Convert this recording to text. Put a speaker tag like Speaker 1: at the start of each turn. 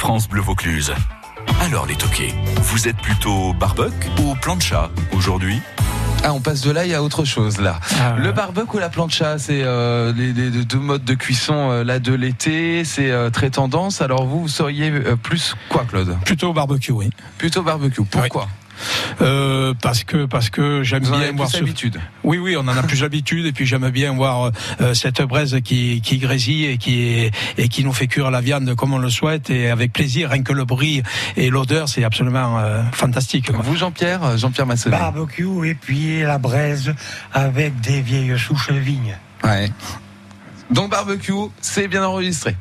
Speaker 1: France Bleu Vaucluse. Alors les toqués, vous êtes plutôt barbecue ou plancha aujourd'hui
Speaker 2: Ah, on passe de l'ail à autre chose là.
Speaker 3: Ah,
Speaker 2: Le barbecue ou la plancha, c'est euh, les, les- les deux modes de cuisson euh, là de l'été, c'est euh, très tendance. Alors vous, vous seriez euh, plus quoi, Claude
Speaker 3: Plutôt au barbecue, oui.
Speaker 2: Plutôt barbecue. Pourquoi
Speaker 3: Euh, parce que parce que j'aime
Speaker 2: Vous en
Speaker 3: bien
Speaker 2: avez
Speaker 3: voir
Speaker 2: plus
Speaker 3: ce...
Speaker 2: l'habitude.
Speaker 3: Oui, oui, on en a plus l'habitude et puis j'aime bien voir euh, cette braise qui, qui grésille et qui et qui nous fait cuire la viande comme on le souhaite et avec plaisir, rien que le bruit et l'odeur, c'est absolument euh, fantastique. quoi.
Speaker 2: Vous, Jean-Pierre, euh, Jean-Pierre Massonnet.
Speaker 4: Barbecue et puis la braise avec des vieilles souches de vigne.
Speaker 2: Ouais. Donc barbecue, c'est bien enregistré.